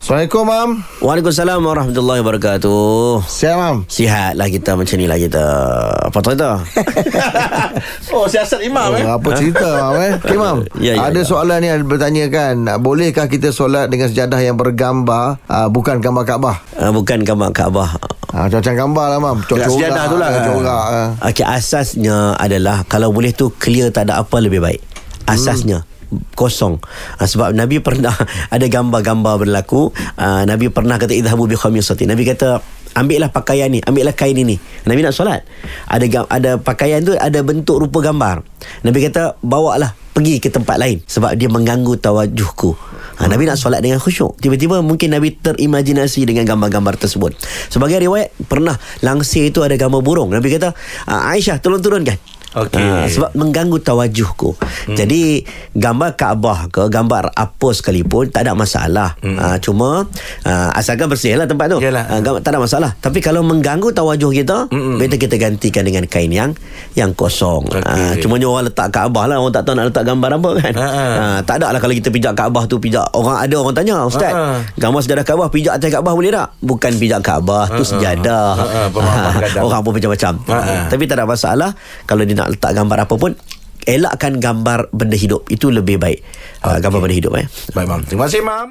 Assalamualaikum, Mam. Waalaikumsalam warahmatullahi wabarakatuh. Siap, Mam. Sihatlah kita macam ni lah kita. Apa tu kita? Oh siasat imam Oh, eh apa cerita, Mam, eh? Okay, Mam. Ya, ya, ada ya. soalan ni ada bertanyakan. Bolehkah kita solat dengan sejadah yang bergambar, uh, bukan gambar Kaabah? Uh, bukan gambar Kaabah. Ha, macam gambar lah, Mam. Corak, sejadah tu lah. Corak. ah. Okey, asasnya adalah kalau boleh tu clear tak ada apa lebih baik. Asasnya kosong Ah, sebab Nabi pernah ada gambar-gambar berlaku Ah, Nabi pernah kata idhabu bi khamisati Nabi kata ambillah pakaian ni ambillah kain ini Nabi nak solat ada gam- ada pakaian tu ada bentuk rupa gambar Nabi kata bawalah pergi ke tempat lain sebab dia mengganggu tawajuhku. Ha, Nabi nak solat dengan khusyuk. Tiba-tiba mungkin Nabi terimajinasi dengan gambar-gambar tersebut. Sebagai riwayat pernah langsir itu ada gambar burung. Nabi kata, "Ah, "Aisyah, tolong turunkan." Okey. Ah, sebab mengganggu tawajuhku. Hmm. Jadi gambar Kaabah ke gambar apa sekalipun tak ada masalah. Hmm. Ah, cuma ah, asalkan bersihlah tempat tu. Yalah. Ah, gambar, tak ada masalah. Tapi kalau mengganggu tawajuh kita, hmm. better kita gantikan dengan kain yang yang kosong. Okey. Ah, cuma Cuma orang letak Kaabah lah Orang tak tahu nak letak gambar apa kan Ha, ha, ha. Tak ada lah kalau kita pijak Kaabah tu Pijak orang ada orang tanya Ustaz Ha, ha. Gambar sejadah Kaabah Pijak atas Kaabah boleh tak? Bukan pijak Kaabah Tu sejadah Ha, ha. Pemahaman Ha, kadang. Orang pun macam-macam Ha, ha. Tapi tak ada masalah Kalau dia nak letak gambar apa pun Elakkan gambar benda hidup Itu lebih baik Ah, Gambar benda hidup eh Baik mam Terima kasih mam